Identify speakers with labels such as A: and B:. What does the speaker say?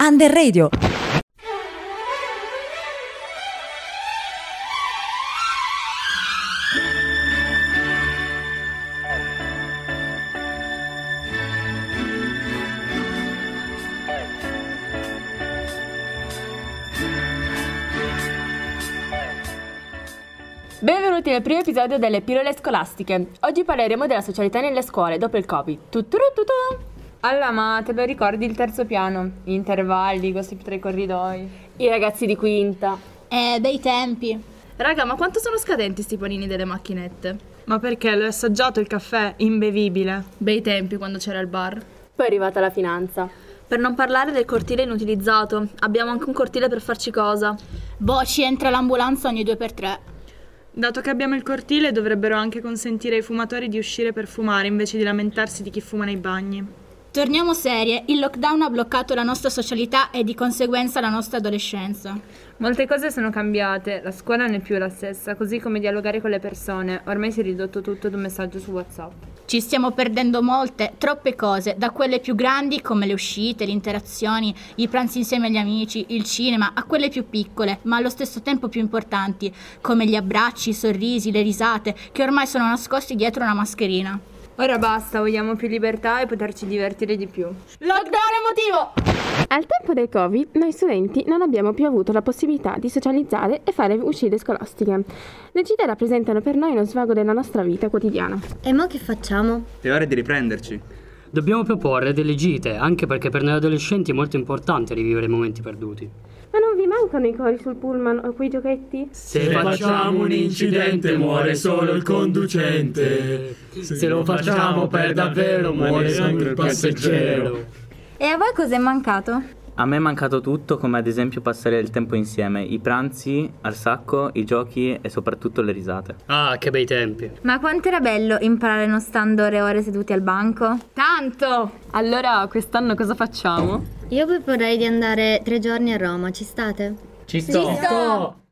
A: Under Radio.
B: Benvenuti nel primo episodio delle pillole scolastiche. Oggi parleremo della socialità nelle scuole dopo il Covid. Tutturututu!
C: Allora, ma te lo ricordi il terzo piano? Gli intervalli, i gossip tra i corridoi.
B: I ragazzi di quinta.
D: Eh, bei tempi.
E: Raga, ma quanto sono scadenti sti panini delle macchinette?
F: Ma perché l'ho assaggiato il caffè imbevibile?
E: Bei tempi quando c'era il bar.
B: Poi è arrivata la finanza.
E: Per non parlare del cortile inutilizzato, abbiamo anche un cortile per farci cosa.
D: Boh, ci entra l'ambulanza ogni due per tre.
F: Dato che abbiamo il cortile, dovrebbero anche consentire ai fumatori di uscire per fumare invece di lamentarsi di chi fuma nei bagni.
D: Torniamo serie, il lockdown ha bloccato la nostra socialità e di conseguenza la nostra adolescenza.
C: Molte cose sono cambiate, la scuola non è più la stessa, così come dialogare con le persone. Ormai si è ridotto tutto ad un messaggio su WhatsApp.
D: Ci stiamo perdendo molte, troppe cose, da quelle più grandi come le uscite, le interazioni, i pranzi insieme agli amici, il cinema, a quelle più piccole, ma allo stesso tempo più importanti, come gli abbracci, i sorrisi, le risate, che ormai sono nascosti dietro una mascherina.
C: Ora basta, vogliamo più libertà e poterci divertire di più.
G: Al tempo del Covid, noi studenti non abbiamo più avuto la possibilità di socializzare e fare uscite scolastiche. Le gite rappresentano per noi uno svago della nostra vita quotidiana.
H: E mo che facciamo?
I: È ora di riprenderci.
J: Dobbiamo proporre delle gite, anche perché per noi adolescenti è molto importante rivivere i momenti perduti.
G: Ma non vi mancano i cori sul pullman o quei giochetti?
J: Se,
K: Se lo facciamo per davvero muore sempre il passeggero.
H: E a voi cos'è mancato?
L: A me è mancato tutto, come ad esempio passare del tempo insieme, i pranzi al sacco, i giochi e soprattutto le risate.
J: Ah, che bei tempi.
H: Ma quanto era bello imparare non stando ore e ore seduti al banco?
C: Tanto! Allora, quest'anno cosa facciamo?
H: Io proporrei di andare tre giorni a Roma, ci state?
K: Ci sto!
H: sto!